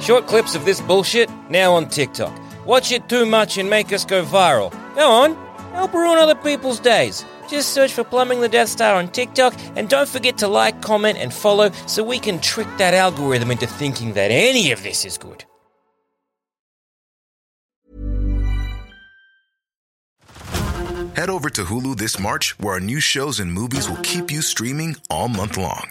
Short clips of this bullshit now on TikTok. Watch it too much and make us go viral. Go on, help ruin other people's days. Just search for Plumbing the Death Star on TikTok and don't forget to like, comment, and follow so we can trick that algorithm into thinking that any of this is good. Head over to Hulu this March, where our new shows and movies will keep you streaming all month long.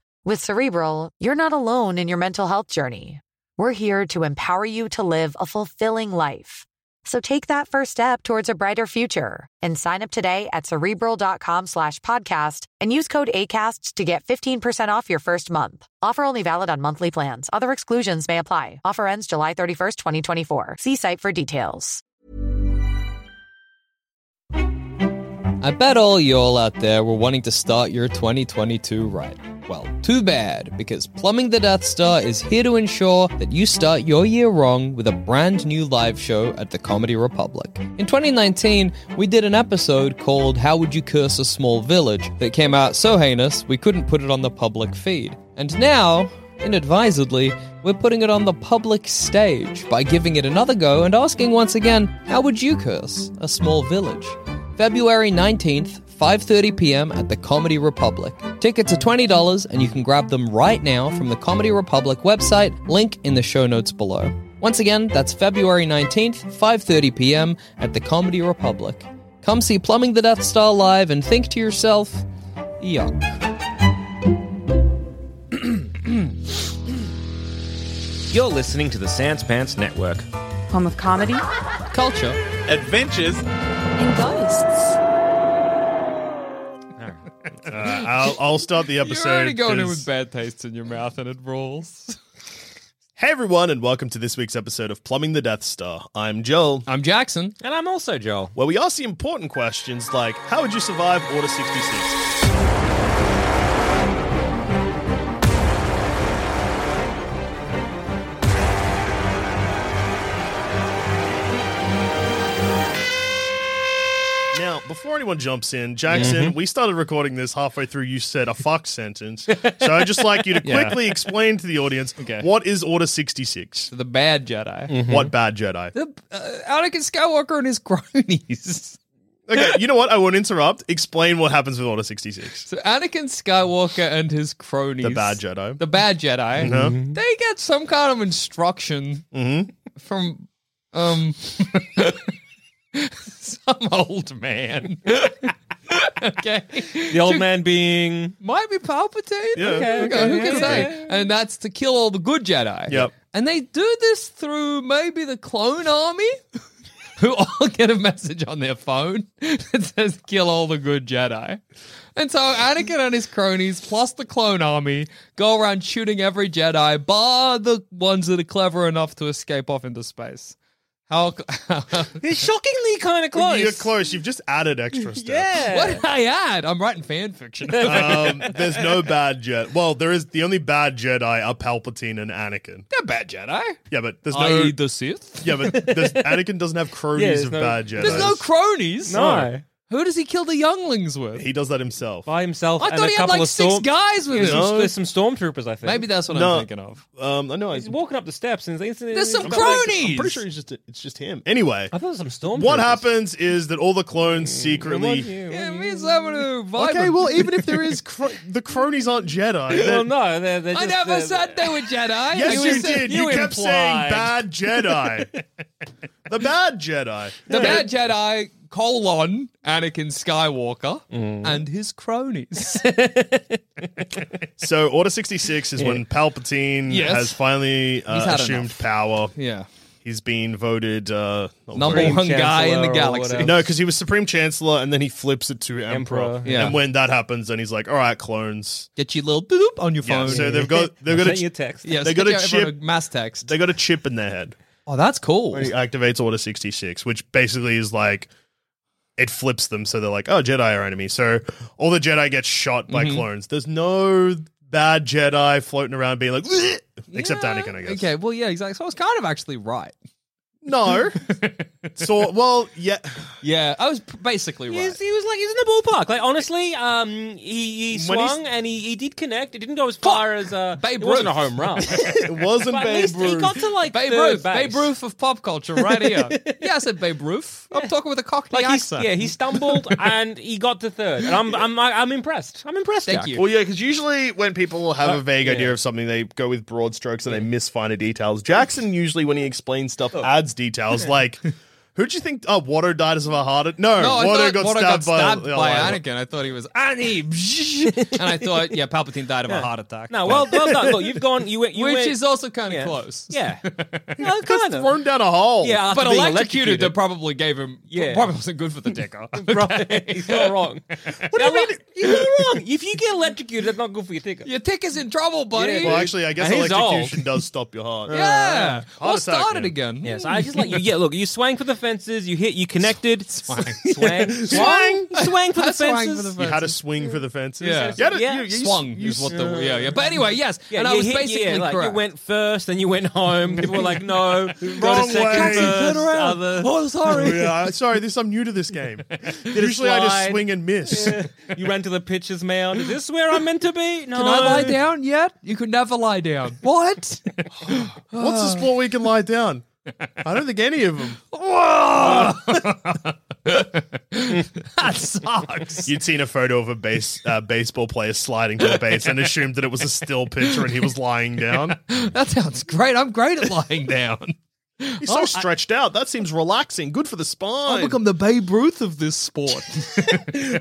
With Cerebral, you're not alone in your mental health journey. We're here to empower you to live a fulfilling life. So take that first step towards a brighter future and sign up today at cerebral.com slash podcast and use code ACAST to get 15% off your first month. Offer only valid on monthly plans. Other exclusions may apply. Offer ends July 31st, 2024. See site for details. I bet all y'all out there were wanting to start your 2022 right. Well, too bad, because Plumbing the Death Star is here to ensure that you start your year wrong with a brand new live show at the Comedy Republic. In 2019, we did an episode called How Would You Curse a Small Village that came out so heinous we couldn't put it on the public feed. And now, Inadvisedly, we're putting it on the public stage by giving it another go and asking once again, how would you curse a small village? February 19th, 5:30 p.m. at the Comedy Republic. Tickets are $20 and you can grab them right now from the Comedy Republic website, link in the show notes below. Once again, that's February 19th, 5:30 p.m. at the Comedy Republic. Come see Plumbing the Death Star live and think to yourself, yuck. You're listening to the Sans Pants Network. Home of comedy? Culture Adventures. And ghosts. Uh, I'll, I'll start the episode. because- bad taste in your mouth and it rolls. Hey everyone, and welcome to this week's episode of Plumbing the Death Star. I'm Joel, I'm Jackson. And I'm also Joel. where we ask the important questions like how would you survive Order 66? Now, before anyone jumps in, Jackson, Mm-hmm. we started recording this halfway through. You said a fuck sentence. So I'd just like you to Yeah. quickly explain to the audience Okay. Mm-hmm. what is Order 66? The bad Jedi. What bad Jedi? The uh, Anakin Skywalker and his cronies. Okay, you know what? I won't interrupt. Explain what happens with Order 66. So Anakin Skywalker and his cronies. The bad Jedi. Mm-hmm. The bad Jedi. They get some kind of instruction from um some old man. okay. The old man being. Might be Palpatine. Yeah. Okay, Okay, who okay, can say? And that's to kill all the good Jedi. Yep. And they do this through maybe the clone army, who all get a message on their phone that says "kill all the good Jedi." And so Anakin and his cronies, plus the clone army, go around shooting every Jedi, bar the ones that are clever enough to escape off into space. How? He's shockingly kind of close. You're close. You've just added extra stuff. Yeah. what did I add? I'm writing fan fiction. They're Um, there's no bad Jedi. Well, there is. The only bad Jedi are Palpatine and Anakin. bad Jedi. Yeah, but there's no. I.e. the Sith. yeah, but there's, Anakin doesn't have cronies there's of no- bad Jedi. There's no cronies. No. Who does he kill the younglings with? He does that himself. By himself. I and thought a he had couple like of six storm- guys with him. Some- There's some stormtroopers, I think. Maybe that's what I'm No. thinking of. Um, I know. I, He's walking up the steps and he's, There's some I'm cronies. I'm pretty sure he's just. It's just him. Anyway, I thought it was some stormtroopers. what happens is that all the clones Mm, Come on, secretly. you, Yeah, you- me and someone who vibe Okay, with- well, even if there is, cro- the cronies aren't Jedi. Well, They're- no, they're, they're I just, never they're- said they were Jedi. Yes, you, just- did. You, kept saying implied. bad Jedi. The bad Jedi. The bad Jedi colon Anakin Skywalker Mm. and his cronies. So Order 66 is when Palpatine Yes. has finally He's uh, had assumed enough. power. yeah. He's been voted uh, not Number very- one guy in the Chancellor or galaxy. whatever. No, because he was Supreme Chancellor, and then he flips it to Emperor. Emperor. Yeah. And when that happens, then he's like, "All right, clones." Get your little boop on your Yeah. phone. So they've got they've got a Sent you a text. Yes, they got get a everyone chip- a mass text. they got a chip in their head. oh, that's cool. When he activates Order 66, which basically is like it flips them so they're like, oh, Jedi are enemy. So all the Jedi get shot by clones. There's no bad Jedi floating around being like, "Bleh," except Yeah. Anakin, I guess. Okay, well, yeah, exactly. So I was kind of actually right. No. so, well, yeah. Yeah, I was p- basically He was, right. he was like, he's in the ballpark. Like honestly, um, he, he When he's- swung and he, he did connect. It didn't go as far as uh, Babe it wasn't a Ruth. home run, It wasn't but at Babe least he Ruth. got to like Babe third Ruth, base. Babe Ruth of pop culture, right here. yeah, I said Babe Ruth. I'm talking with a cockney Like he's, accent. yeah, he stumbled and he got to third. And I'm I'm I'm impressed. I'm impressed. Thank Jack. you. Well, yeah, because usually when people have a vague idea yeah. of something, they go with broad strokes and they miss finer details. Jackson usually, when he explains stuff, adds details like, "Who do Oh. you think? Oh, Watto died as of a heart. No, No, Oh, I Watto thought got Watto stabbed by, yeah, by like- Anakin. I thought he was Annie, and I thought, yeah, Palpatine died of a heart attack. No, well, well done. Look, you've gone. You went. You which went, is also kind of yeah. close. yeah, no, Just kind of. thrown down a hole. Yeah, after but being electrocuted, they probably gave him. Yeah. probably wasn't good for the dicker. Right. He's not wrong. what do you mean? You're not wrong. If you get electrocuted, that's not good for your ticker. Your ticker's in trouble, buddy. Yeah, Well, actually, I guess And he's old. electrocution does stop your heart. Yeah, Heart or attack, start it yeah. again. Yes, I just Mm. like you. Yeah, look, you swang for the fences. You hit. You connected. Swang, swang, swang, swang for I the swang for fences. the You had a swing for the fences. Yeah. You had a- Yeah. you- you- swung you- is what the yeah yeah. But anyway, yes, Yeah, and I you was hit- basically yeah, like, correct. You went first, then you went home. People were like, "No, Wrong go to second way. first, Jackson, turn around. other- oh, sorry. Yeah, I- sorry, this I'm new to this game. Usually I just slide? swing and miss. You ran to the pitcher's mound. Is this where I'm meant to be? No. Can I lie down yet? You could never lie down. What? What's the Oh. sport we can lie down? I don't think any of them. that sucks. You'd seen a photo of a base uh, baseball player sliding to the base and assumed that it was a still picture and he was lying down. that sounds great. I'm great at lying down. Oh, He's so stretched out. That seems relaxing. Good for the spine. I'll become the Babe Ruth of this sport.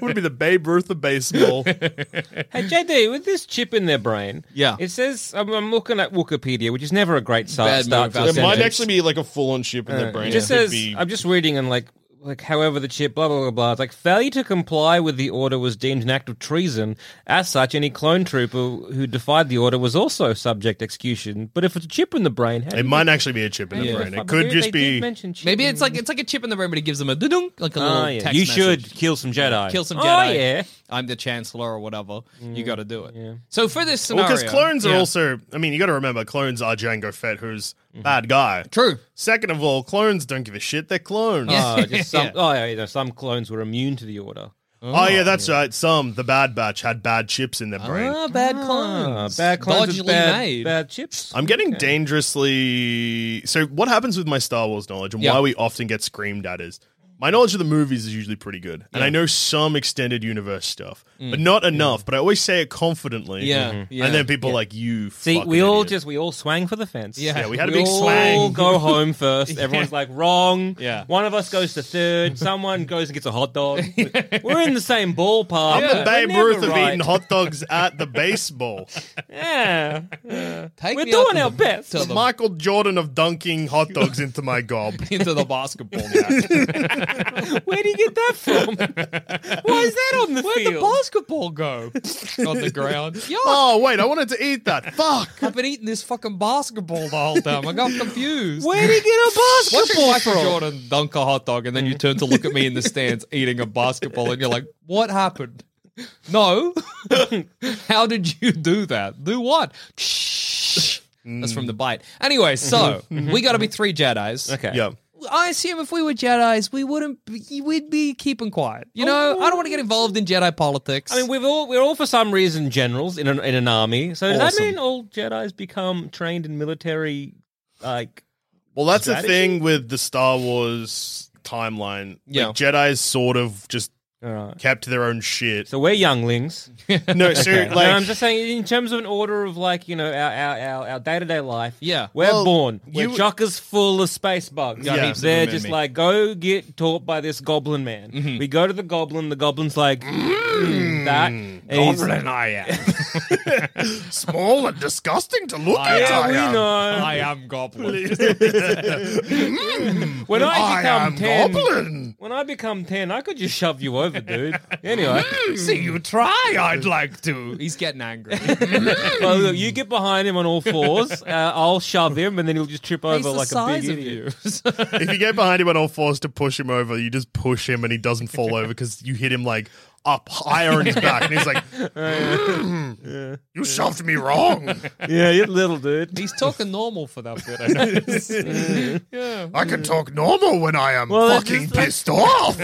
would be the Babe Ruth of baseball. Hey, JD, with this chip in their brain, Yeah. it says I'm, I'm looking at Wikipedia, which is never a great start. Bad start move, to a Alex. It It sentence. might actually be like a full on chip in their brain. Uh, It just could says be- I'm just reading and like like however the chip blah blah blah blah. It's like failure to comply with the order was deemed an act of treason. As such, any clone trooper who defied the order was also subject to execution. But if it's a chip in the brain, how do it you- might actually be a chip in how the do you brain. define- It could they just did be. mention chip Maybe in- it's like it's like a chip in the brain, but it gives them a dunk, like a little Ah, yeah. text. you should message. kill some Jedi. kill some Oh, Jedi. yeah. Mm, I'm the Chancellor or whatever. You got to do it. So for this scenario, Because clones are Yeah. also, I mean, you got to remember, clones are Django Fett, who's bad guy. true. Second of all, clones don't give a shit. They're clones. Oh, just some, oh, yeah, you know, some clones were immune to the order. oh, yeah, that's right. Some, the Bad Batch, had bad chips in their brain. Ah, bad Ah, clones. bad clones is Dodgily bad, made. bad chips. I'm getting dangerously. So, what happens with my Star Wars knowledge and Yeah. why we often get screamed at is my knowledge of the movies is usually pretty good. And I know some extended universe stuff, Mm. but not enough. But I always say it confidently. Mm-hmm. Yeah, Mhm. yeah, And then people are like, you See, fucking we all idiot." just we all swang for the fence. Yeah. Yeah, we had a We big all swang. go home first. Everyone's like wrong. Yeah. One of us goes to third. Someone goes and gets a hot dog. We're in the same ballpark. I'm the We're Babe never Ruth of right. eating hot dogs at the baseball. Yeah. Take We're me out doing to our the- best. to the- Michael Jordan of dunking hot dogs into my gob. into the basketball net. Where do you get that from? Why is that on the Where'd the field? basketball go? On the ground. Yo, Oh, wait, I wanted to eat that. Fuck. I've been eating this fucking basketball the whole time. I got confused. Where do you get a Watch basketball Michael from? Jordan dunk a hot dog, and then you turn to look at me in the stands eating a basketball, and you're like, "What happened? No, how did you do that? Do what? That's from the bite. Anyway, so we got to be three Jedi's. Mm. Mm-hmm. Okay. Yeah. I assume if we were Jedi's, we wouldn't. Be, we'd be keeping quiet. You know, I don't want to get involved in Jedi politics. I mean, we've all we're all for some reason generals in an in an army. So does that Awesome. mean all Jedi's become trained in military? Like, Well, that's the Strategy? thing with the Star Wars timeline. Yeah. Like, Jedi's sort of just All right. kept to their own shit. So we're younglings. no, sir, No, like I'm just saying, in terms of an order of like you know our our, our, our day-to-day life. Yeah. we're Well, born. We're you- jockers full of space bugs. Got Yeah. heaps of they're them in just me. like go get taught by this goblin man. Mm-hmm. We go to the goblin. The goblin's like "Mm, that. and he's- Goblin I am. small and disgusting to look I at. Yeah, am. I we am. know. I am goblin. When I I become am ten, goblin. when I become ten, I could just shove you over, dude. Anyway, See you try. I'd like to. He's getting angry. well, look, you get behind him on all fours. Uh, I'll shove him, and then he'll just trip over He's the like a size big of idiot. you. if you get behind him on all fours to push him over, you just push him and he doesn't fall over because you hit him like up higher on his back, and he's like, "Mm, "You shoved me wrong. Yeah, you're little, dude. He's talking normal for that bit. I noticed. I can talk normal when I am Well, that's fucking just like- pissed off."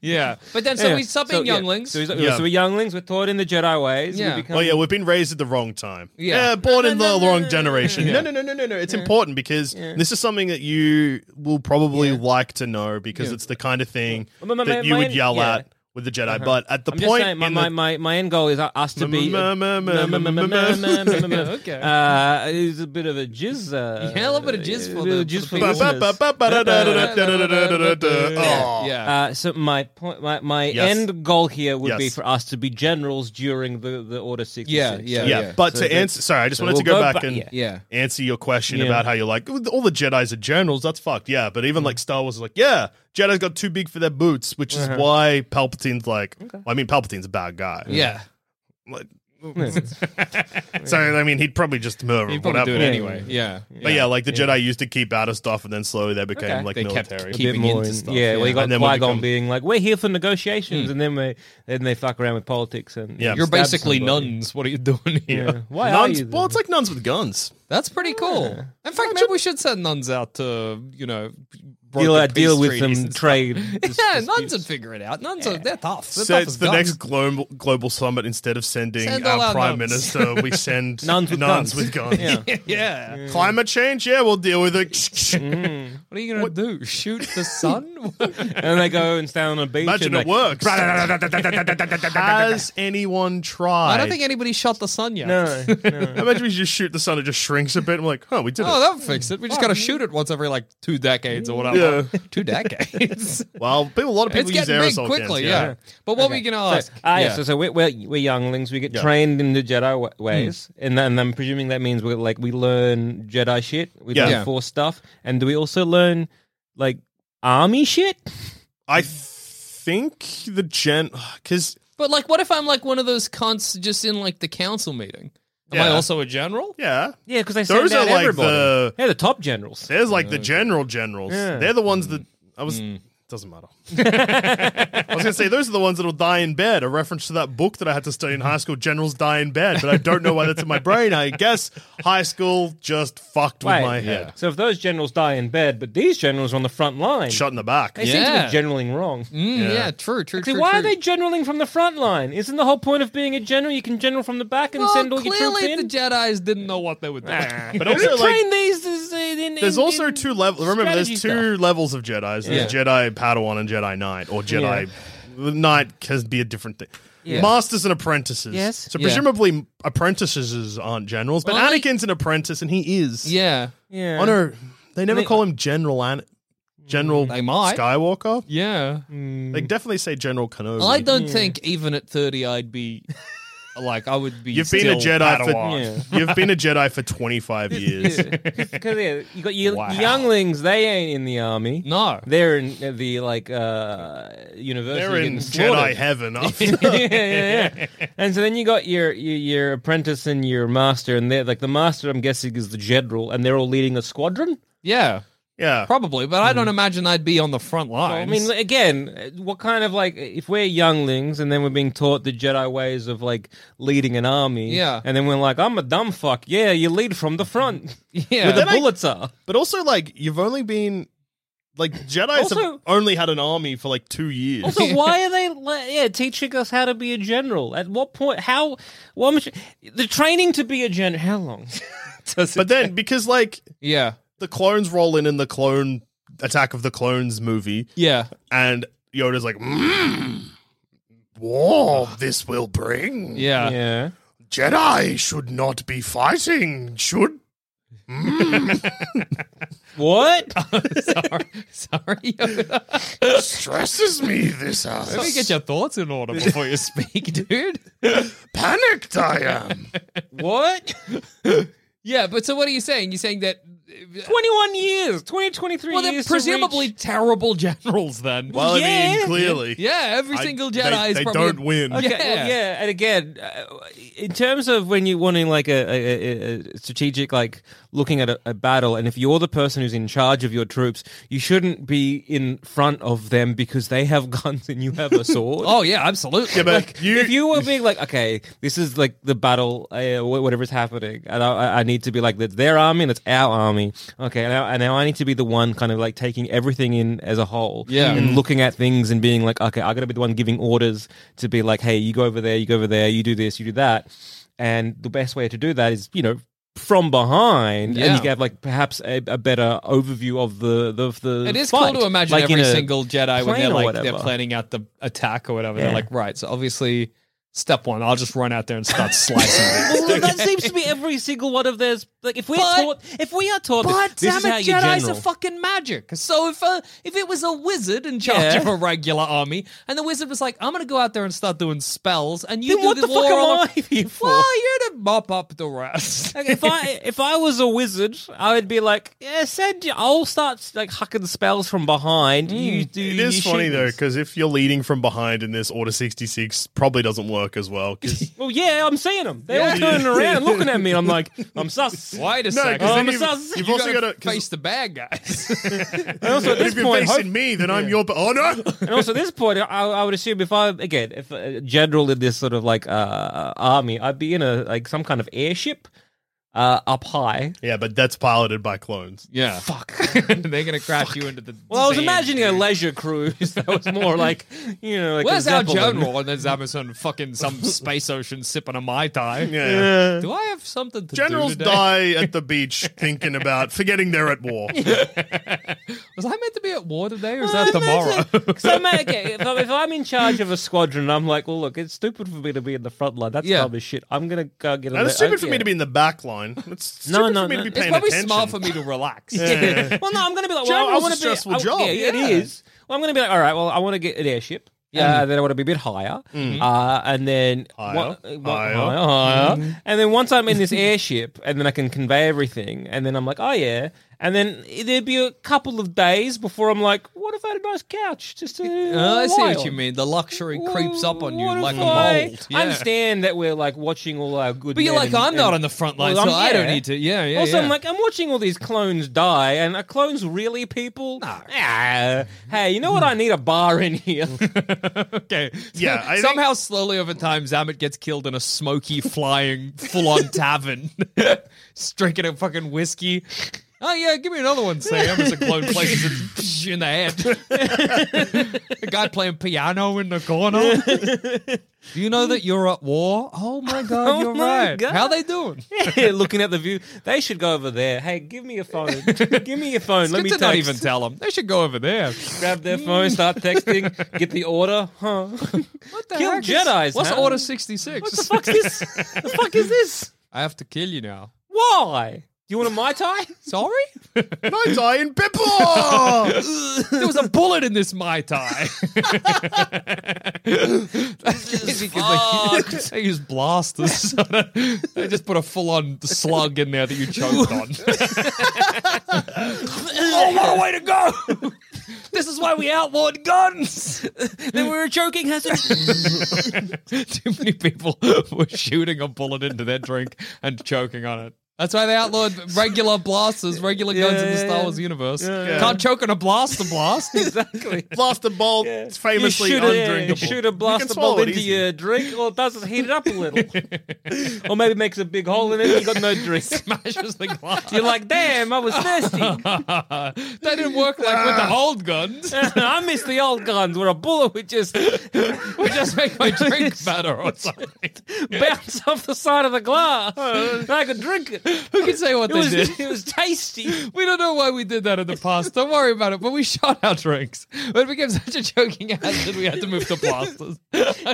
yeah, but then so Yeah. we sub in yeah. younglings. So, he's- Yeah. so we're younglings. We're taught in the Jedi ways. Yeah. We become, Oh yeah, we've been raised at the wrong time. Uh, Yeah. born in the wrong generation. No, no, no, no, no, no. It's important because this is something that you will probably like to know because it's the kind of thing My- my- that you my- would yell yeah. at with the Jedi. But at the I'm just point, saying, my, in my, the- my, my end goal is us to be. Okay. Uh, it's a bit of a jizz. Uh, Yeah, a little bit of jizz for a bit the- of jizz for for the listeners. Oh. yeah. Uh, so my point, my, my Yes. end goal here would be Yes. for us to be generals during the, the Order sixty Yeah, six. yeah, Yeah, but So to the- answer, sorry, I just so wanted to we'll go, go back back- and yeah. Yeah. answer your question Yeah. about how you're like all the Jedi's are generals. That's fucked. Yeah, but even like Star Wars is like, yeah, Jedi's got too big for their boots, which is why Palpatine's like. well, I mean, Palpatine's a bad guy. yeah. Like, so I mean, he'd probably just murder. He'd him, probably whatever. do it anyway. Yeah. But yeah, like the Jedi used to keep out of stuff, and then slowly they became like They kept military. keep- keeping into in- stuff, Yeah, yeah. Hmm. well, you got And then we Qui Gon become- being like, "We're here for negotiations," and then we then they fuck around with politics and Yeah. and You're stab basically somebody. nuns. What are you doing here? Yeah. Why are nuns. you? Well, it's like nuns with guns. That's pretty cool. In fact, maybe we should send nuns out to you know broker deal, uh, peace deal with treaties them and stuff. trade. Yeah, nuns would figure it out. Nuns are they're tough. They're So tough it's as the guns. next global global summit. Instead of sending Send all our, our prime nuns. minister, we send Nuns with guns. with guns. Yeah. yeah. Mm-hmm. Climate change, yeah, we'll deal with it. What are you gonna do? Shoot the sun? and they go and stand on a beach. Imagine and it they- works. Has anyone tried? I don't think anybody shot the sun yet. No, no. Imagine we just shoot the sun, it just shrinks a bit. and we're like, oh, we did Oh, it. that'll fix it. We just gotta shoot it once every like two decades or whatever. Two decades. Well, people, a lot of people it's use getting big aerosol quickly, cans. yeah. But what were you gonna uh, So, ask? ah, yeah. So, so we're, we're, we're younglings. We get Yeah. Hmm. trained in the Jedi wa- ways, and then I'm presuming that means we're like we learn Jedi shit, we Yeah. learn Yeah. Force stuff, and do we also learn like army shit? I think the gen because But like, what if I'm like one of those cunts just in like the council meeting? Am I Yeah. also a general? yeah, Yeah, because they Those send out are like everybody. the- They're the top generals. there's like the general generals. Yeah. They're the ones that I was. Doesn't matter. I was gonna say those are the ones that'll die in bed. A reference to that book that I had to study in high school. Generals die in bed, but I don't know why that's in my brain. I guess high school just fucked with Wait, my head. So if those generals die in bed, but these generals are on the front line, Shut in the back. they seem to Yeah. be generaling wrong. Mm, yeah. true, true, See, true. why true. are they generaling from the front line? Isn't the whole point of being a general you can general from the back and Well, send all your troops clearly in? the Jedi's didn't know what they were doing. But also, like, Train these. is, uh, in- there's in- also in- two levels. Remember, there's two strategy levels of Jedi's. There's Yeah. Jedi Padawan and Jedi Knight, or Jedi the Knight can be a different thing. Yeah. Masters and apprentices. Yes. So Yeah. presumably apprentices aren't generals, but Well, I- Anakin's an apprentice, and he is. yeah, Yeah. Honor. They never They- call him General An- General They might. Skywalker. yeah. They definitely say General Kenobi. I don't think even at thirty I'd be like I would be. You've been a still Jedi Padawan. for you've been a Jedi for 25 years. Because yeah, you got your Wow. younglings. They ain't in the army. No. They're in uh, the like uh university. They're in getting Jedi slaughtered. heaven. yeah, yeah, yeah. And so then you got your, your your apprentice and your master, and they're like the master. I'm guessing is the general, and they're all leading a squadron. Yeah, yeah. probably. But I don't imagine I'd be on the front I lines. mean, again, uh, what kind of like if we're younglings and then we're being taught the Jedi ways of like leading an army, Yeah. and then we're like, I'm a dumb fuck. Yeah, you lead from the front. yeah, Where the then I- bullets are. But also, like, you've only been like Jedi's have Also- only had an army for like two years. Also, why are they le- yeah teaching us how to be a general? At what point? How? What much? The training to be a general? How long? Does it but then, because like yeah, the clones roll in in the clone Attack of the Clones movie, yeah. and Yoda's like, mmm, war this will bring. Yeah. yeah. Jedi should not be fighting, should? What? sorry, sorry. Yoda. Stresses me this uh, house. Let me get your thoughts in order before you speak, dude. Panicked I am. what? Yeah, but so what are you saying? You're saying that. uh, 21 years, 20, 23 Well, they're years. to presumably reach- terrible generals then. Well, I Yeah. mean, clearly. yeah, every I- single they- Jedi is they probably. don't win. Okay, Yeah, yeah. well, yeah, and again, uh, in terms of when you're wanting like a, a, a- a strategic, like looking at a, a battle, and if you're the person who's in charge of your troops, you shouldn't be in front of them because they have guns and you have a sword. Oh, yeah, absolutely. Yeah, but Like, you, if you were being like, okay, this is like the battle, uh, wh- whatever's happening, and I, I- I need to be like, that's their army and it's our army. Okay, and now, and now I need to be the one kind of like taking everything in as a whole. Yeah. Mm. And looking at things and being like, okay, I gotta be the one giving orders to be like, hey, you go over there, you go over there, you do this, you do that. And the best way to do that is, you know, from behind, and Yeah. you can have like perhaps a, a better overview of the the, of the it is fight. cool to imagine Like, in every a single Jedi when plane they're or like they're whatever. planning out the attack or whatever. Yeah. They're like, right, so obviously, step one, I'll just run out there and start slicing. Well, that seems to be every single one of theirs. Like if we're But- taught, if we are taught, But this, damn this it, is how you Jedi's general. are fucking magic. So if uh, if it was a wizard in charge Yeah. of a regular army, and the wizard was like, "I'm gonna go out there and start doing spells," and you Then do what the, the fuck war am on the- I here for? Well, you're to mop up the rest. Like, if I if I was a wizard, I would be like, yeah, send you. I'll start like hucking spells from behind. You Mm. do. It you is funny shoot though, this. because if you're leading from behind in this Order 66, probably doesn't work as well. 'cause- Well, yeah, I'm seeing them. They're all Yeah. turning around, looking at me. I'm like, I'm sus. Wait a No, 'cause second. Oh, then I'm a you've, sus. you've You also got gotta to face the bad guys. And also at If this you're point, hope- facing me, then I'm your. Oh no! And also, at this point, I, I would assume if I again, if a general in this sort of like uh, army, I'd be in a like some kind of airship uh, up high. yeah, but that's piloted by clones. yeah, fuck. They're gonna crash you into the. Well, I was sand, imagining a dude. leisure cruise that was more like you know, like Where's a our Zeppelin. general? And there's Amazon fucking some space ocean sipping a mai tai. Yeah. Do I have something to Generals do today? die at the beach thinking about forgetting they're at war. Was I meant to be at war today, or is Well, that imagine- tomorrow? 'cause I may- okay, if, I'm, if I'm in charge of a squadron, I'm like, well, look, it's stupid for me to be in the front line. That's Yeah. dumb as shit. I'm gonna go get. a uh, And le- it's stupid I- for yeah. me to be in the back line. It's stupid No, no, for me no. to It's be paying It's probably attention. smart for me to relax. well, no, I'm going to be like, well, General's I want to a be stressful I- job. Yeah, it Yeah. is. Well, I'm going to be like, all right, well, I want to get an airship. Yeah, uh, then I want to be a bit higher, Mm-hmm. uh, and then Higher, one- uh, one- higher. higher, higher. Mm-hmm. and then once I'm in this airship, and then I can convey everything, and then I'm like, oh yeah, and then there'd be a couple of days before I'm like, what if I had a nice couch? Just to Oh, I see lie what you on? mean. The luxury creeps up on you What like a if I- mold. Yeah. I understand that we're like watching all our good. But you're men like, and- I'm not and- on the front line, I'm- so I don't yeah. need to. Yeah, yeah. also, yeah. I'm like, I'm watching all these clones die, and are clones really people? Ah, hey, you know what? I need a bar in here. okay. Yeah, I think- Somehow, slowly over time, Zamet gets killed in a smoky, flying, full-on tavern, Just drinking a fucking whiskey. Oh yeah, give me another one, Sam. As a clone places it in the head. a guy playing piano in the corner. Do you know that you're at war? Oh my god, Oh you're my right. God. How they doing? Looking at the view, they should go over there. Hey, give me your phone. give me your phone. It's Let good me to text. not even tell them. They should go over there. Grab their phone, start texting, get the order. Huh? What the Kill heck is- Jedis, What's man. Order 66? What the fuck's this? the fuck is this? I have to kill you now. Why? You want a mai tai? Sorry? there I die in Bippo! was a bullet in this Mai Tai. Because they, they use blasters. they just put a full on slug in there that you choked on. oh, what a way to go! this is why we outlawed guns! then we were joking, hasn't? Too many people were shooting a bullet into their drink and choking on it. That's why they outlawed regular blasters, regular guns in the yeah, Star yeah. Wars universe. yeah. Can't choke on a blaster blast. exactly. Blaster bolt, it's famously you shoot a, undrinkable. you shoot You a can blaster swallow bolt it into easy. your drink, or it does is heat it up a little, or maybe makes a big hole in it. You got no drink. Smashes the glass. You're like, damn, I was thirsty. that didn't work like with the old guns. I miss the old guns where a bullet would just We just make my drink better or something. bounce off the side of the glass, and I could drink it. Who can say what It Uh, they was, did? it was tasty. We don't know why we did that in the past. Don't worry about it. But we shot our drinks. But it became such a joking hazard, we had to move to plasters. don't worry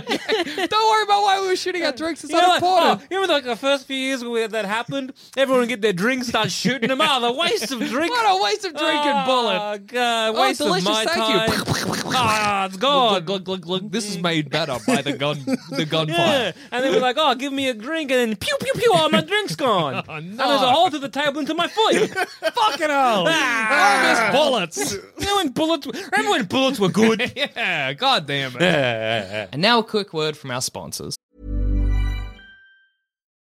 about why we were shooting our drinks. It's You know, like, not oh, important. you remember like the first few years where that happened? Everyone would get their drinks, start shooting them out. The waste of drink. What a waste of drink and bullet. Oh, God. Oh, Waste of delicious. my Thank you. time. ah, it's gone. Look, look, look, look. This is made better by the gun, the Yeah. gunfire. And they were like, oh, give me a drink. And then pew, pew, pew, all my drink's gone. And there's a hole through the table into my foot. Oh, Fucking hell. Ah. bullets. You know when bullets, remember when bullets were good? yeah, god damn it. And now a quick word from our sponsors.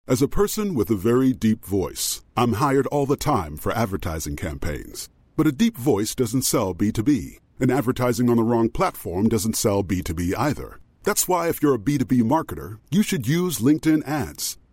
As a person with a very deep voice, I'm hired all the time for advertising campaigns. But a deep voice doesn't sell B2B, and advertising on the wrong platform doesn't sell B2B either. That's why, if you're a B2B marketer, you should use LinkedIn ads.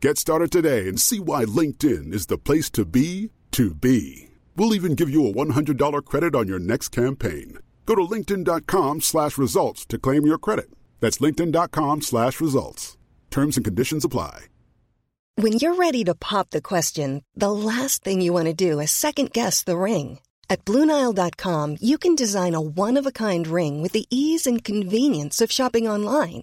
Get started today and see why LinkedIn is the place to be to be. We'll even give you a $100 credit on your next campaign. Go to linkedin.com slash results to claim your credit. That's linkedin.com slash results. Terms and conditions apply. When you're ready to pop the question, the last thing you want to do is second guess the ring. At Bluenile.com, you can design a one of a kind ring with the ease and convenience of shopping online.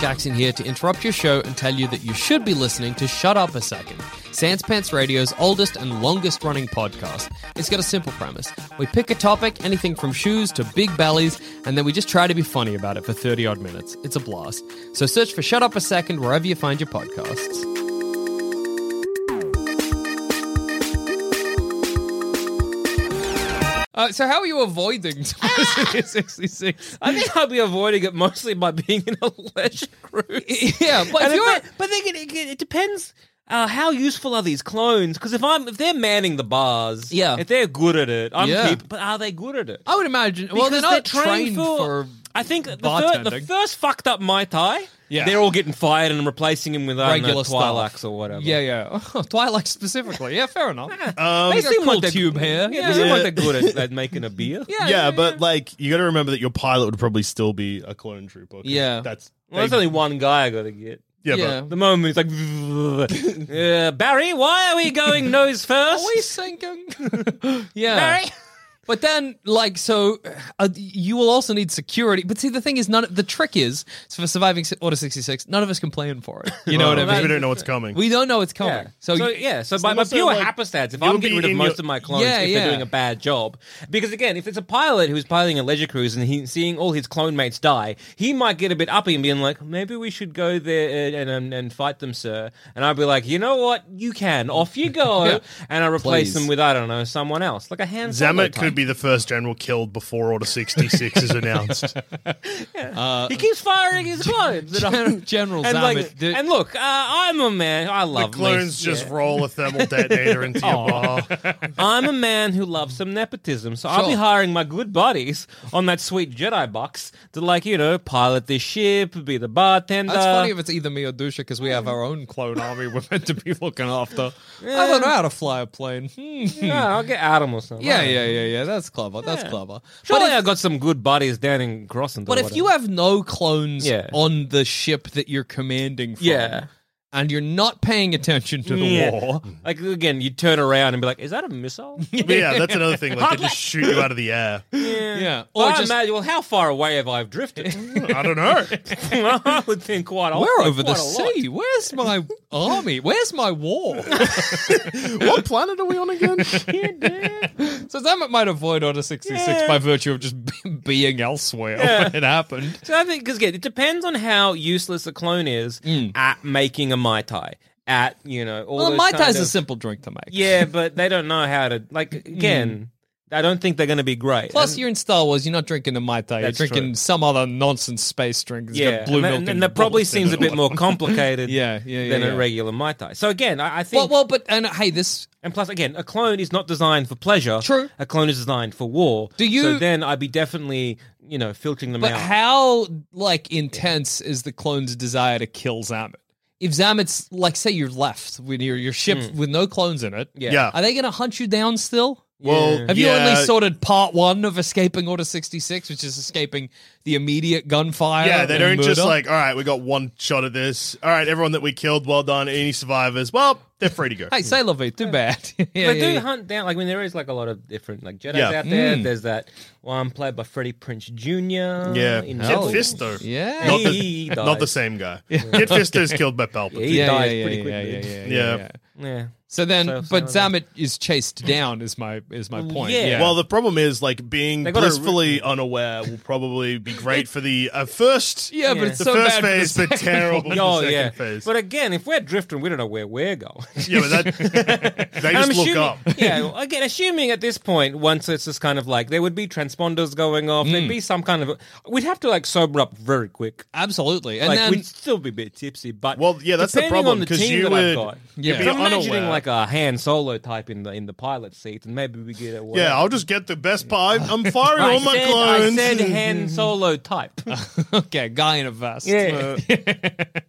Jackson here to interrupt your show and tell you that you should be listening to Shut Up a Second, Sans Pants Radio's oldest and longest running podcast. It's got a simple premise. We pick a topic, anything from shoes to big bellies, and then we just try to be funny about it for 30 odd minutes. It's a blast. So search for Shut Up a Second wherever you find your podcasts. Uh, so, how are you avoiding 66? I think I'll be avoiding it mostly by being in a leisure cruise. Yeah, but And if if you're- I- but then it, it, it depends. Uh, how useful are these clones? Because if I'm if they're manning the bars, Yeah. if they're good at it, I'm Yeah. keep. But are they good at it? I would imagine. Well, they're Because not trained trained for. I think the, fir- the bartending. first fucked up Mai Tai. Yeah. they're all getting fired and replacing him with I don't know, Regular staff. Twi'leks or whatever. Yeah, yeah. Oh, Twilight specifically. Yeah, fair enough. Um, they got seem cool like they're- tube hair. Yeah, they seem Yeah. like they're good at, at making a beer. Yeah, but like you got to remember that your pilot would probably still be a clone trooper. 'cause Yeah. that's well, there's they- only one guy I got to get. yeah, Yeah. The moment he's like, uh, Barry, why are we going nose first? Are we sinking? yeah. Barry? But then, like, so uh, you will also need security. But see, the thing is, none. The trick is so for surviving S- Order sixty six. None of us can plan for it. You know Well, what I mean? We don't know what's coming. We don't know it's coming. Yeah. So, So, yeah, so so by my also, pure like, happerstats, if you'll I'm getting be rid of in most your- of my clones Yeah, if yeah. they're doing a bad job, because again, if it's a pilot who's piloting a leisure cruise and he's seeing all his clone mates die, he might get a bit uppy and being like, maybe we should go there uh, and and, and fight them, sir. And I'd be like, you know what, you can, off you go, Mm. Yeah. and I replace Please. them with I don't know someone else, like a hand. Solo Zamet type. could be the first general killed before Order 66 is announced. He keeps firing his clones. and I- Gen- General and, like, Zamet, the- and look, uh, I'm a man. I the love clones me. just Yeah. roll a thermal detonator into your bar. I'm a man who loves some nepotism, so I'll be Sure. hiring my good buddies on that sweet Jedi box to, like, you know, pilot this ship, be the bartender. That's funny if it's either me or Dusha because we have our own clone army we're meant to be looking after. I don't know how to fly a plane. Hmm. No, I'll get Adam or something. Yeah, yeah, yeah, yeah. That's clever. That's clever. Surely but if, I got some good buddies down in Crossland. but if you have no clones Yeah. on the ship that you're commanding from, Yeah. and you're not paying attention to the Yeah. war. Like again, you turn around and be like, "Is that a missile?" But yeah, that's another thing. Like, they just shoot you out of the air. Yeah. Or Or I just imagine, well, how far away have I drifted? I don't know. I would think quite a we're quite over a the lot. sea. Where's my army? Where's my war? what planet are we on again? so Zamet might avoid Order 66 Yeah. by virtue of just be- being elsewhere when it happened. So I think because again, it depends on how useless the clone is at making a mai tai. At you know, all Hmm. Well, those Mai kind Tai's of, a simple drink to make. Yeah, but they don't know how to like Mm. again. I don't think they're going to be great. Plus, you're in Star Wars. You're not drinking a Mai Tai. You're That's drinking true. some other nonsense space drink. that's got yeah, blue and, milk. and, and that probably bullets in seems a it. bit more complicated. Yeah, yeah, yeah, than yeah. a regular mai tai. So again, I, I think. Well, well, but and hey, this and plus, again, a clone is not designed for pleasure. True. A clone is designed for war. Do you- So then I'd be definitely you know filtering them But out. how like intense is the clone's desire to kill Zamet? If Zamet's like, say you're left with your your ship with no clones in it, Hmm. yeah. Yeah. are they going to hunt you down still? Well, Have you yeah, only sorted part one of escaping Order sixty six, which is escaping the immediate gunfire? Yeah, they and don't just murder? like, all right, we got one shot at this. All right, everyone that we killed, well done. Any survivors? Well, they're free to go. Hey, say Lovey, too bad. yeah, they yeah, do yeah. hunt down. Like, I mean, there is like a lot of different like Jedi's Yeah. out there. Mm. There's that one played by Freddie Prince Jr. Yeah. in Kit Oh. Fisto. Yeah. Not the, He not the dies. same guy. Kit Fisto's killed by Palpatine. He yeah, dies yeah, pretty yeah, quickly. Yeah, yeah, yeah, Yeah. yeah. Yeah, So then, So- but so- Zamet is chased down. Is my is my point? yeah. Well, the problem is like being They gotta blissfully unaware will probably be great for the uh, first, yeah, but Yeah. it's the so first bad for the phase, but second terrible one. in the oh second yeah. phase. But again, if we're drifting, we don't know where we're going. yeah, but that they just look assuming, up. yeah, well, again, assuming at this point, once it's just kind of like there would be transponders going off, Mm. there'd be some kind of we'd have to like sober up very quick. Absolutely, and like then we'd still be a bit tipsy, but Well, yeah, that's the depending problem, on the 'cause team you that would- I've got. you'd Yeah. be 'Cause I'm imagining unaware. like a hand solo type in the in the pilot seat, and maybe we get a Yeah, I'll just get the best buy. I'm firing all my said, clones. I said hand solo type. okay, guy in a vest. Uh, Yeah.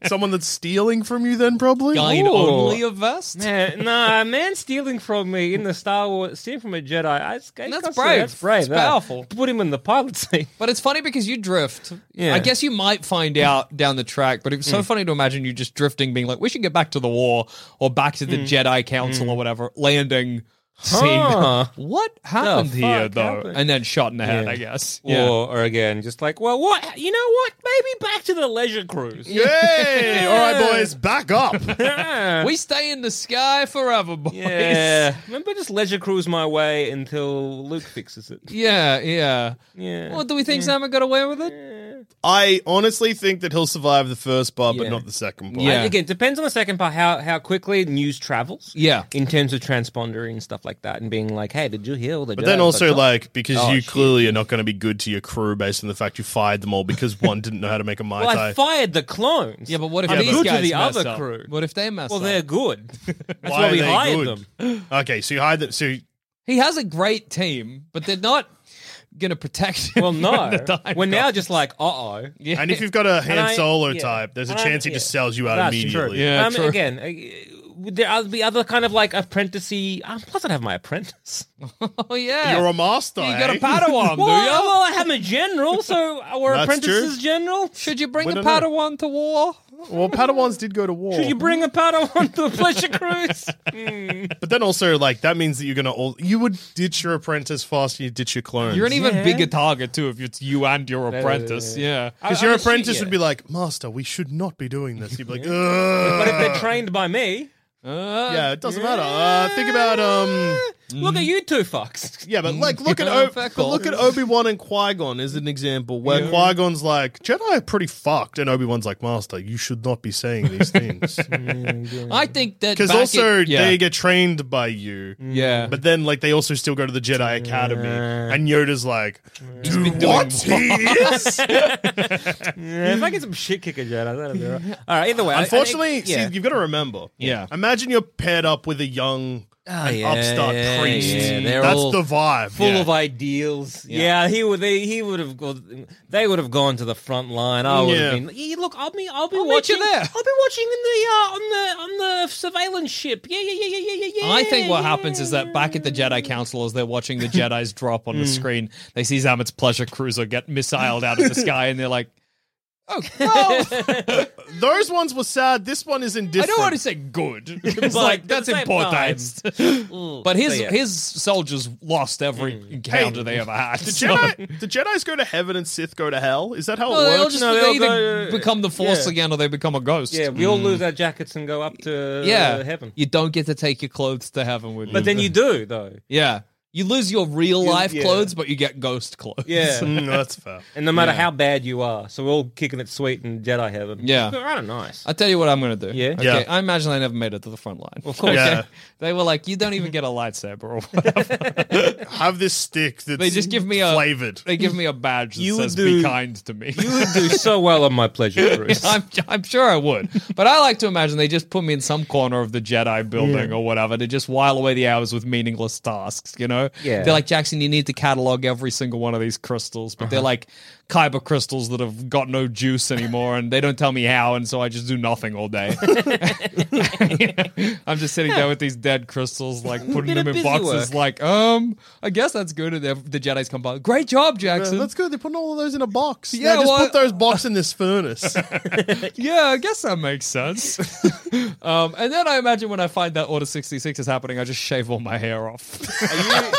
Someone that's stealing from you, then probably. Guy in Ooh. only a vest. man, Eh, nah, a man stealing from me in the Star Wars, stealing from a Jedi. I, I can't That's say brave. That's brave. It's that. powerful. Put him in the pilot seat. But it's funny because you drift. Yeah. I guess you might find out down the track, but it's so funny to imagine you just drifting, being like, we should get back to the war or back to the Jedi Council or whatever, landing, seeing Huh. what happened The here, fuck though, happened? and then shot in the head, Yeah. I guess. Or, or again, just like, well, what? You know what? Maybe back to the leisure cruise. Yay! All right, boys, back up. Yeah. We stay in the sky forever, boys. yeah. Remember, just leisure cruise my way until Luke fixes it. Yeah, yeah. Yeah. Well, do we think Simon got away with it? I honestly think that he'll survive the first bar, but Yeah. not the second bar. Yeah. And again, depends on the second part how how quickly news travels. Yeah. In terms of transponder and stuff like that, and being like, "Hey, did you heal?" The But Jedi?" then It's also, "No." like, because Oh, you shit. clearly are not going to be good to your crew based on the fact you fired them all because one didn't know how to make a Mai well, I Tai. fired the clones. Yeah, but what if I'm these good guys to the mess other up? crew? What if they mess well, up? they're good. That's why, Why are we they hired good? them. Okay, so you hired them. So He has a great team, but they're not going to protect him. Well, no, from the we're now Daimon. just like, uh oh. Yeah. And if you've got a And Han I- Solo yeah. type, there's a And I- chance he yeah. just sells you out That's immediately. True. Yeah, um, true. Again, uh, would there would be other kind of like apprenticey. Um, plus, I'd have my apprentice. oh yeah, You're a master. You got a eh? well, Padawan, do you? well, I have a general, so our That's apprentices true. general. Should you bring We a don't know. Padawan to war? Well, Padawans did go to war. Should you bring a Padawan to a pleasure cruise? But then also, like, that means that you're gonna all you would ditch your apprentice faster than you ditch your clone. You're an even Yeah. bigger target too if it's you and your apprentice. Yeah. because I- your I'm assuming- apprentice would be like, Master, we should not be doing this. You'd be like, Ugh. but if they're trained by me, Uh, yeah, it doesn't matter. Uh, think about um, look at you two fucks. yeah, but like, look at Yeah, o- fuck but look off. at Obi Wan and Qui Gon as an example, where Qui Gon's like, Jedi are pretty fucked, and Obi Wan's like, Master, you should not be saying these things I think that because Mm. back also in- yeah. they get trained by you. yeah. But then, like, they also still go to the Jedi Academy, and Yoda's like, "Do been doing what he is." Yeah, if I get some shit kicker Jedi, that'll be all right. All right, either way. I- I think- Unfortunately, yeah. see, you've got to remember. Yeah. Imagine you're paired up with a young an yeah, upstart Oh, yeah, priest. yeah, they're That's all the vibe. full yeah. of ideals. Yeah, he would. They, he would have. gone- They would have gone to the front line. I would Yeah. have been. Yeah, look, I'll be. I'll be I'll meet you watching there. I'll be watching in the uh, on the on the surveillance ship. Yeah, yeah, yeah, yeah, yeah, yeah. I think what yeah, happens is that back at the Jedi Council, as they're watching the Jedi's drop on the screen, they see Zamet's pleasure cruiser get missiled out of the sky, and they're like, Oh, well, Those ones were sad. This one is I indifferent. don't want to say good. It's But like at the that's same important. Mm. But his So, yeah. his soldiers lost every encounter they ever had. The so- Jedi, the Jedi's go to heaven and Sith go to hell. Is that how No, they it all works? just No, they they all either go- uh, become the Force yeah. again or they become a ghost. Yeah, we all lose our jackets and go up to uh, Mm. yeah. heaven. You don't get to take your clothes to heaven with you. But then you do, though. Yeah. You lose your real life yeah. clothes, but you get ghost clothes. Yeah. Mm, that's fair. and no matter how bad you are, so we're all kicking it sweet in Jedi heaven. Yeah. We're rather nice. I'll tell you what I'm going to do. Yeah. Okay. Yeah. I imagine I never made it to the front line. Of course. Yeah. They were like, you don't even get a lightsaber or whatever. Have this stick that's they just give me a flavored. They give me a badge that You would says do- be kind to me. you would do so well on my pleasure cruise. I'm, I'm sure I would. But I like to imagine they just put me in some corner of the Jedi building or whatever to just while away the hours with meaningless tasks, you know? Yeah. They're like, Jackson, you need to catalog every single one of these crystals, but Uh-huh. they're like kyber crystals that have got no juice anymore and they don't tell me how, and so I just do nothing all day. I'm just sitting there with these dead crystals, like putting bit of them in busy boxes, work. like, um, I guess that's good. And the the Jedi's come by. Great job, Yeah, Jackson. that's good. They're putting all of those in a box. Yeah, Yeah, just well- put those box in this furnace. Yeah, I guess that makes sense. um, and then I imagine when I find that Order 66 is happening, I just shave all my hair off.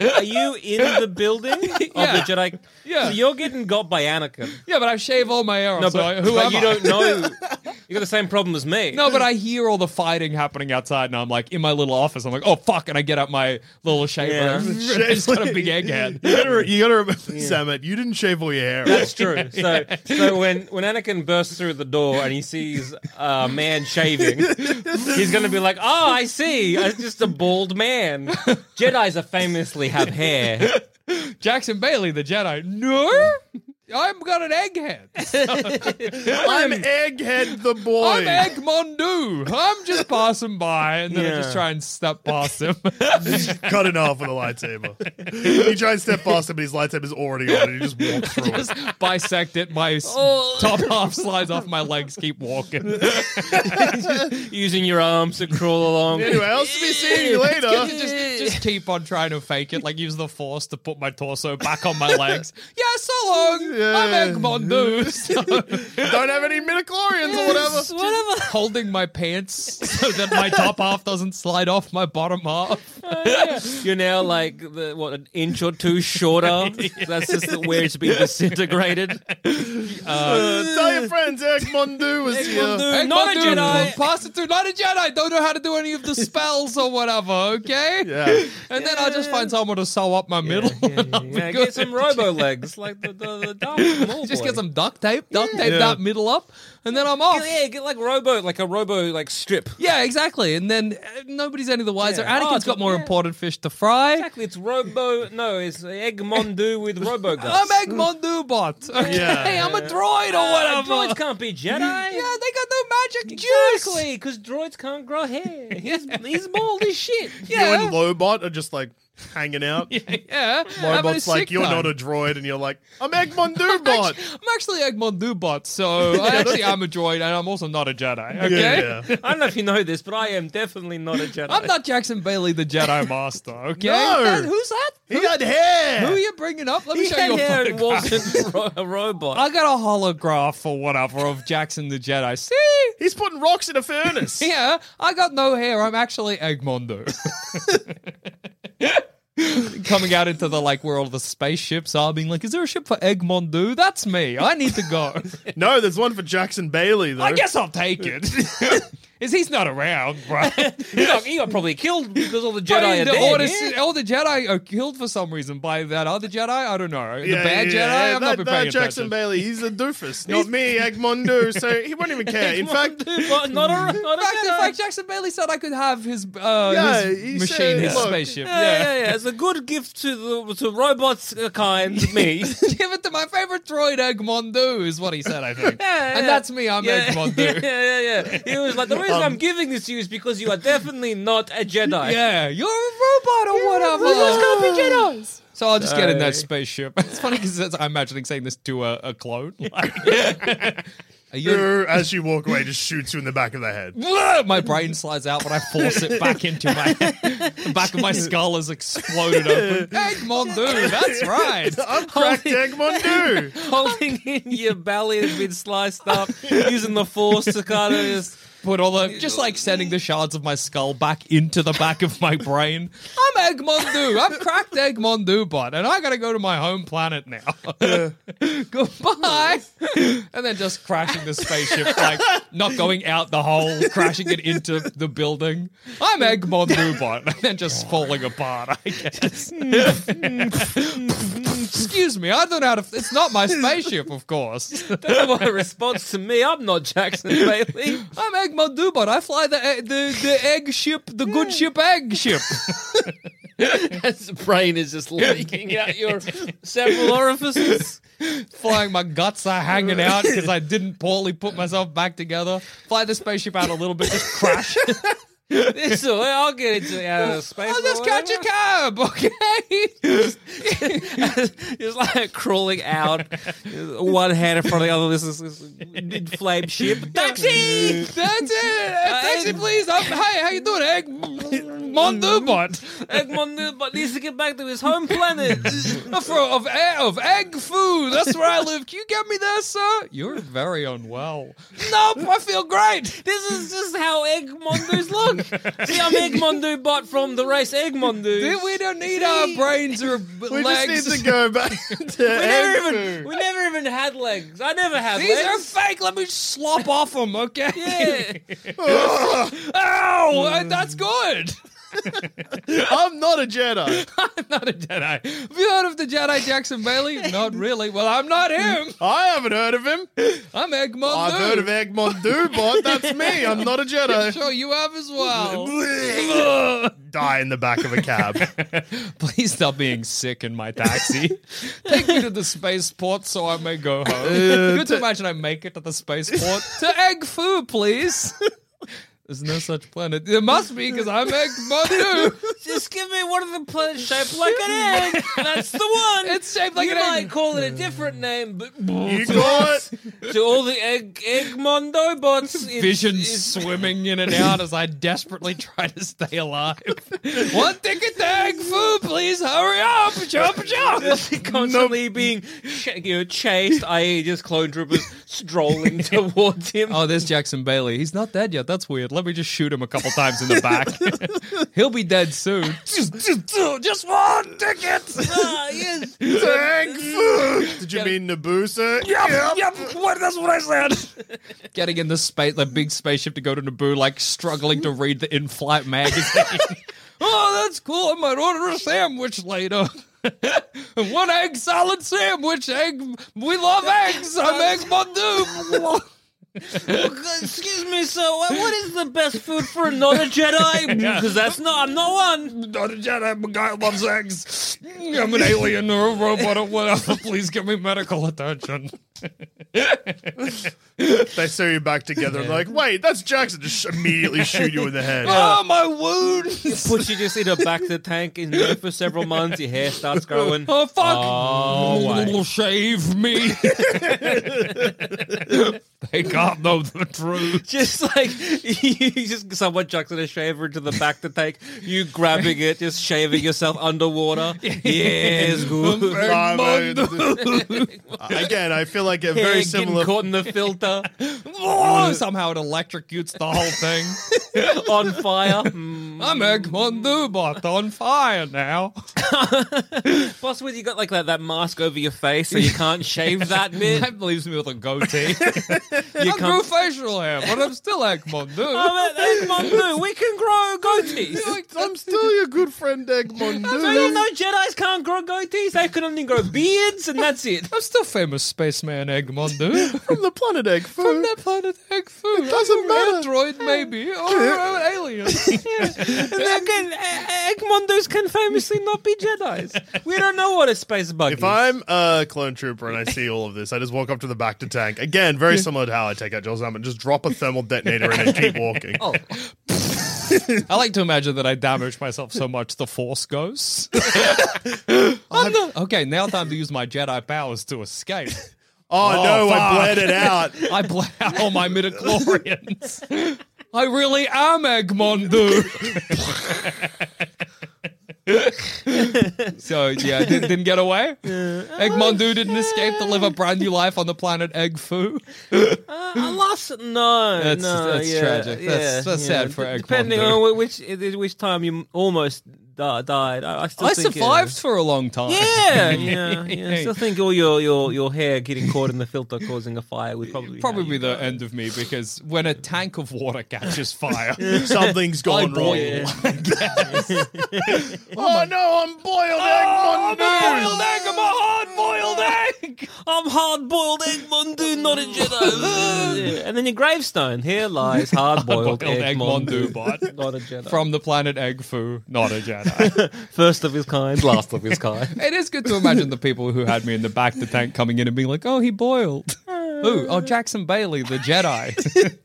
Are you in the building of Yeah. the Jedi? Yeah. So you're getting got by Anakin. yeah, but I shave all my hair off. No, so I, but, who but am you I? don't know. You got the same problem as me. No, but I hear all the fighting happening outside, and I'm like in my little office. I'm like, oh fuck, and I get out my little shaver. Yeah. and I just got a big egghead. You gotta, re- you gotta remember, Samet, you didn't shave all your hair. That's true. So, so when, when Anakin bursts through the door and he sees a man shaving, he's going to be like, "Oh, I see. It's just a bald man." Jedi's are famously have hair. Jackson Bailey, the Jedi. No, I've got an egghead. I'm Egghead the boy. I'm Eggmondu. I'm just passing by, and then I just Yeah. try and step past him. Cut in half with a lightsaber. you try and step past him, but his lightsaber's already on, and he just walks through it. just bisect it. My s top half slides off my legs. Keep walking. Using your arms to crawl along. Anyway, I'll be seeing you Just, later. just, just keep on trying to fake it. Like use the force to put my torso back on my legs. Yeah, so long. I'm Egmond so, Don't have any midichlorians or whatever. whatever. Holding my pants so that my top half doesn't slide off my bottom half. You're now like the, what an inch or two shorter. That's just the, where it's been disintegrated. Uh, tell your friends Eggmondu is here. Dude, not a Egmond Doom, Jedi. Pass it through. Not a Jedi. Don't know how to do any of the spells or whatever. Okay. Yeah. And then I'll just find someone to sew up my middle. and I'll be Yeah, good. get some robo legs like the the, the dark mole Just boy. get some duct tape, duct tape Yeah. that middle up, and then I'm off. Oh, Yeah, get like robo, like a robo like strip. Yeah, exactly. And then uh, nobody's any the wiser. Yeah. Anakin's Oh, got more yeah. important fish to fry. Exactly, it's robo. No, it's Eggmondu with robo guts. I'm Egmont Dubot. Okay, I'm a droid or Uh, whatever. droids can't be Jedi. yeah, they got no magic juice. Exactly, because droids can't grow hair. He's, he's bald as shit. You Yeah. and Lobot are just like hanging out. Yeah, having a Lobot's like, sick you're time. not a droid, and you're like, I'm Eggmondu Actu- bot. I'm actually Egmont Dubot, so I actually am a droid and I'm also not a Jedi. Okay, Yeah, yeah. I don't know if you know this, but I am definitely not a Jedi. I'm not Jackson Bailey, the Jedi Master. Okay, No. That- who's that? He got hair. Who are you bringing up? Let me He show had you a hair photograph. and wasn't ro- a robot. I got a holograph or whatever of Jackson the Jedi. See? He's putting rocks in a furnace. Yeah, I got no hair. I'm actually Eggmondo. Coming out into the like where all the spaceships are, being like, "Is there a ship for Eggmondo? That's me. I need to go. No, there's one for Jackson Bailey though. I guess I'll take it. Is he's not around, right? He got, he got probably killed because all the Jedi I are mean, the dead. Order- yeah? all the Jedi are killed for some reason by that other Jedi. I don't know. Yeah, the bad yeah, Jedi. yeah. I've that, not been that paying Jackson attention. Bailey, he's a doofus, not me, Egmondu. So he won't even care. In fact, not, not a, not In a fact, in Jedi. fact, Jackson Bailey said I could have his, uh, Yeah, he his machine, said, his look, spaceship. yeah, yeah, yeah, It's a good gift to the to robots uh, kind, me. Give it to my favorite droid, Egmondu, is what he said, I think. Yeah, And yeah. that's me, I'm yeah, yeah, Egmondu. yeah, yeah. He was like, the reason I'm giving this to you is because you are definitely not a Jedi. Yeah, you're a robot or whatever. Jedi's. So I'll just get in that spaceship. It's funny because I'm imagining saying this to a, a clone. Like, Are you- as you walk away, just shoots you in the back of the head. my brain slides out when I force it back into my head. The back of my skull has exploded open. Eggmondu, that's right. I'm cracked Eggmondu. Holding in your belly has been sliced up, using the force to kind of just. Put all the just like sending the shards of my skull back into the back of my brain. I'm Eggmondu. I'm cracked Eggmondu bot, and I gotta go to my home planet now. Goodbye. and then just crashing the spaceship, like not going out the hole, crashing it into the building. I'm Eggmondu bot, and then just falling apart. I guess. Excuse me, I don't know how to. It's not my spaceship, of course. That's my response to me. I'm not Jackson Bailey. I'm Egg Mondubot. I fly the e- the the egg ship, the good ship, egg ship. His brain is just leaking out your several orifices. Flying my guts are hanging out because I didn't poorly put myself back together. Fly the spaceship out a little bit, just crash. This will, I'll get into out of space. I'll or just catch a whatever. cab, okay? It's like crawling out, one hand in front of the other. This is this flame ship. Taxi! That's it. Uh, Taxi, please. I'm, hey, how you doing, Egg Mondubot? Eggman but needs to get back to his home planet. Of, egg- of egg food. That's where I live. Can you get me there, sir? You're very unwell. Nope, I feel great. this is just how Eggmondos look. See, I'm Eggmondo bot from the race Eggmondos. We don't need our brains or b- We legs. just need to go back to We never, Egg even, food. we never even had legs. I never had These are legs. fake. Let me slop off them, okay? yeah. Ow! uh, That's good. I'm not a Jedi. not a Jedi. Have you heard of the Jedi Jackson Bailey? not really. Well, I'm not him. I haven't heard of him. I'm Eggmond. I've heard of Eggmondu, but that's me. I'm not a Jedi. Sure, you have as well. Die in the back of a cab. Please stop being sick in my taxi. Take me to the spaceport so I may go Uh, home. Good to imagine I make it to the spaceport. to Egg Foo, please. There's no such planet. There must be because I'm Egg Mondu. Just give me one of the planets shaped like an egg. That's the one. It's shaped like you an egg. might call it a different name, but You got it. to all the egg Eggmondo bots, it's- visions it's- swimming in and out as I desperately try to stay alive. One ticket to egg food, please. Hurry up! Jump, jump! constantly being ch- you know, chased, i.e., e, just clone troopers strolling towards him. Oh, there's Jackson Bailey. He's not dead yet. That's weird. Let me just shoot him a couple times in the back. He'll be dead soon. Just one ticket. Ah, yes. Egg food. Did you mean Naboo, sir? Yep. what, that's what I said. Getting in the space, the big spaceship to go to Naboo, like struggling to read the in-flight magazine. oh, that's cool. I might order a sandwich later. One egg salad sandwich. Egg. We love eggs. I'm egg fondue. Excuse me, sir. wha- What is the best food for a not a Jedi? Because that's not. I'm not one. Not a Jedi. I'm a guy who loves eggs. I'm an alien or a robot or whatever. Please give me medical attention. They sew you back together and like, wait, that's Jackson. Just sh- immediately shoot you in the head. Oh, my wound. Put you just in a back the tank in there for several months. Your hair starts growing. Oh fuck! Oh, wait. Shave me. they can't know the truth. Just like you just someone chucks in a shaver into the back to take you grabbing it, just shaving yourself underwater. Yes, good. Um, I- again, I feel like Hair a very getting similar. caught in the filter Oh, somehow it electrocutes the whole thing. on fire. Mm. I'm Egmont Dubot on fire now. Plus, with you got like that, that mask over your face, so you can't shave that bit. That leaves me with a goatee. You I grew can't. facial hair, but I'm still Egmont Dubot. Oh, that- that's my blue. We can grow goatees. I'm still your good friend, Eggmond. So you know Jedi's can't grow goatees. They can only grow beards, and that's it. I'm still famous spaceman Egmont Dubot. From the planet Egg food. From that planet Egg Foo. doesn't I'm matter. An android, maybe, or an alien. And again, Eggmondos uh, can famously not be Jedi's. We don't know what a space bug If is. I'm a clone trooper and I see all of this, I just walk up to the back to tank. Again, very similar to how I take out Joel Zaman, just drop a thermal detonator in and keep walking. I like to imagine that I damage myself so much the force goes. I'm the- okay, now time to use my Jedi powers to escape. Oh, no, I fuck. bled it out. I bled out all my midichlorians. I really am Egmondu. so yeah, didn't, didn't get away. Oh, Egmondu didn't escape to live a brand new life on the planet Egg Foo. Uh, alas, no, That's- no, that's yeah, tragic. That's- yeah, that's yeah. sad for D- Egmont, Depending though. on whi- which which time you almost di- died, I, I still I think, uh, survived for a long time. Yeah, yeah, yeah. I still think all your, your, your hair getting caught in the filter causing a fire would probably be how Probably you the die. end of me because when a tank of water catches fire, Something's I gone wrong. boil. I guess. Oh no, I'm boiled egg. boiled egg. I'm a hard boiled egg. I'm hard boiled egg Mondu, not a Jedi. Yeah, and then your gravestone here lies hard boiled Hard-boiled egg egg Mondu, Mondu, but- not a Jedi. From the planet Egg Foo, not a Jedi. first of his kind, last of his kind. it is good to imagine the people who had me in the back of the tank coming in and being like, "Oh, he boiled." Who? Oh, Jackson Bailey, the Jedi.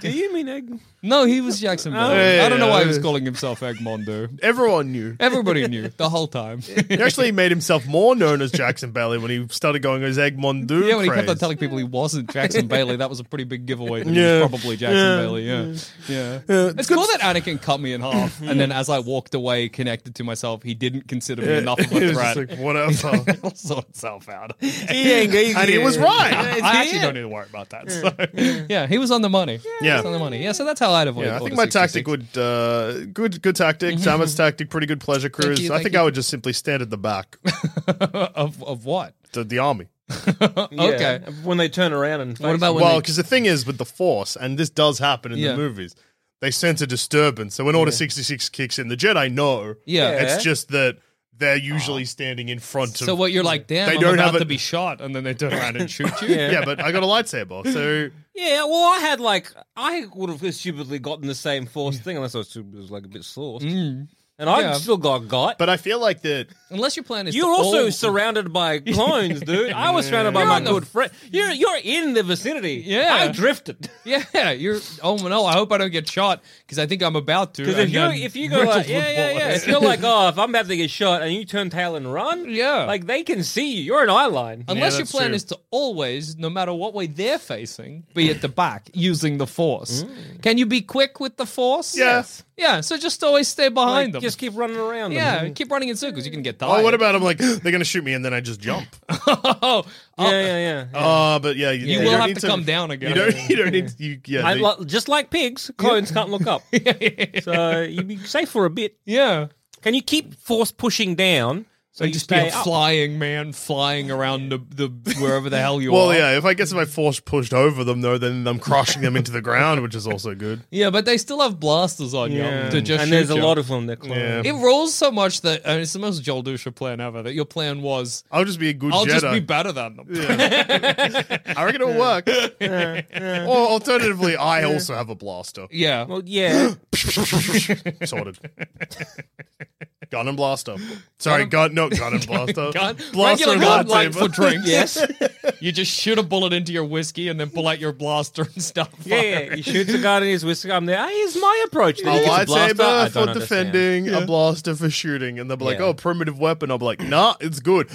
Do you mean egg? no, he was Jackson Bailey. yeah, I don't know why he Oh, yeah. was calling himself Egmondo. Everyone knew. Everybody knew the whole time. He actually made himself more known as Jackson Bailey when he started going as Egg Mondu. Yeah, when he kept on craze. telling people he wasn't Jackson Bailey, that was a pretty big giveaway that he Yeah. was probably Jackson Yeah. Bailey. Yeah, yeah. It's cool that Anakin cut me in half, and then as I walked away, connected to myself, he didn't consider me enough of He a was just threat. like, whatever. It'll sort itself out. He ain't and he was right. I actually don't need to worry about that. so. Yeah, he was on the money. he Yeah. was on the money. Yeah, so that's how I'd avoid. Yeah, I Order think my 66. tactic would uh, good good tactic. Samet's tactic, pretty good pleasure cruise. you, I thank think you. I would just simply stand at the back, of of what? the, the army. Okay. When they turn around and What about when well, they- because the thing is with the force, and this does happen in Yeah. the movies, they sense a disturbance. So when Order sixty six kicks in, the Jedi know. Yeah. it's just that they're usually standing in front of. so what you're like? Damn, They I'm don't about have a- to be shot, and then they turn around and shoot you. yeah, but I got a lightsaber, so Yeah, well, I had like I would have stupidly gotten the same force thing unless I was, it was like a bit sourced, and I Mm. Yeah. still got got. But I feel like that. Unless your plan is you're to also all- surrounded by clones, dude. I was surrounded by You're my on the- good friend. You're you're in the vicinity. Yeah. I drifted. Yeah, you're. Oh no, I hope I don't get shot because I think I'm about to. Because if and you then if you go riddled like yeah with yeah yeah, bullets. if you're like oh if I'm about to get shot and you turn tail and run Yeah. like they can see you. You're an eye line. Unless your that's plan true. is to always, no matter what way they're facing, be at the back using the force. Can you be quick with the force? Mm. Yeah. Yes. Yeah, so just always stay behind Like, them. just Mm-hmm. keep running around. yeah, them. keep running in circles. You can get tired. Oh, what about I'm like they're gonna shoot me and then I just jump. oh, yeah yeah yeah. Uh, but yeah, you, You will don't have need to come down again. You don't. You don't need. To, you, yeah, I, they- lo- just like pigs, clones can't look up. so you'd be safe for a bit. yeah. Can you keep force pushing down so And you just be stay a up? flying man flying around the, the wherever the hell you well, are. yeah. If I guess if I force pushed over them though, then I'm crushing them into the ground, which is also good. Yeah, but they still have blasters on you to just and there's shoot a you. lot of them. They're clones. It Yeah. rolls so much that I mean, it's the most Joel Dusha plan ever. That your plan was, I'll just be a good I'll Jedi. just be better than them. I reckon it'll work. Or alternatively, I also have a blaster. Yeah. Well, yeah. Sorted. Gun and blaster. Sorry, gun. No, gun and blaster. Gun, blaster regular and gun, like lightsaber. for drinks. yes. You just shoot a bullet into your whiskey and then pull out your blaster and stuff. Yeah, yeah. He shoots a gun in his whisker. I'm there. Hey, here's my approach. A Then he gets lightsaber blaster. I for don't understand. defending, a blaster for shooting, and they'll be like, Yeah. "Oh, primitive weapon." I'll be like, "Nah, it's good."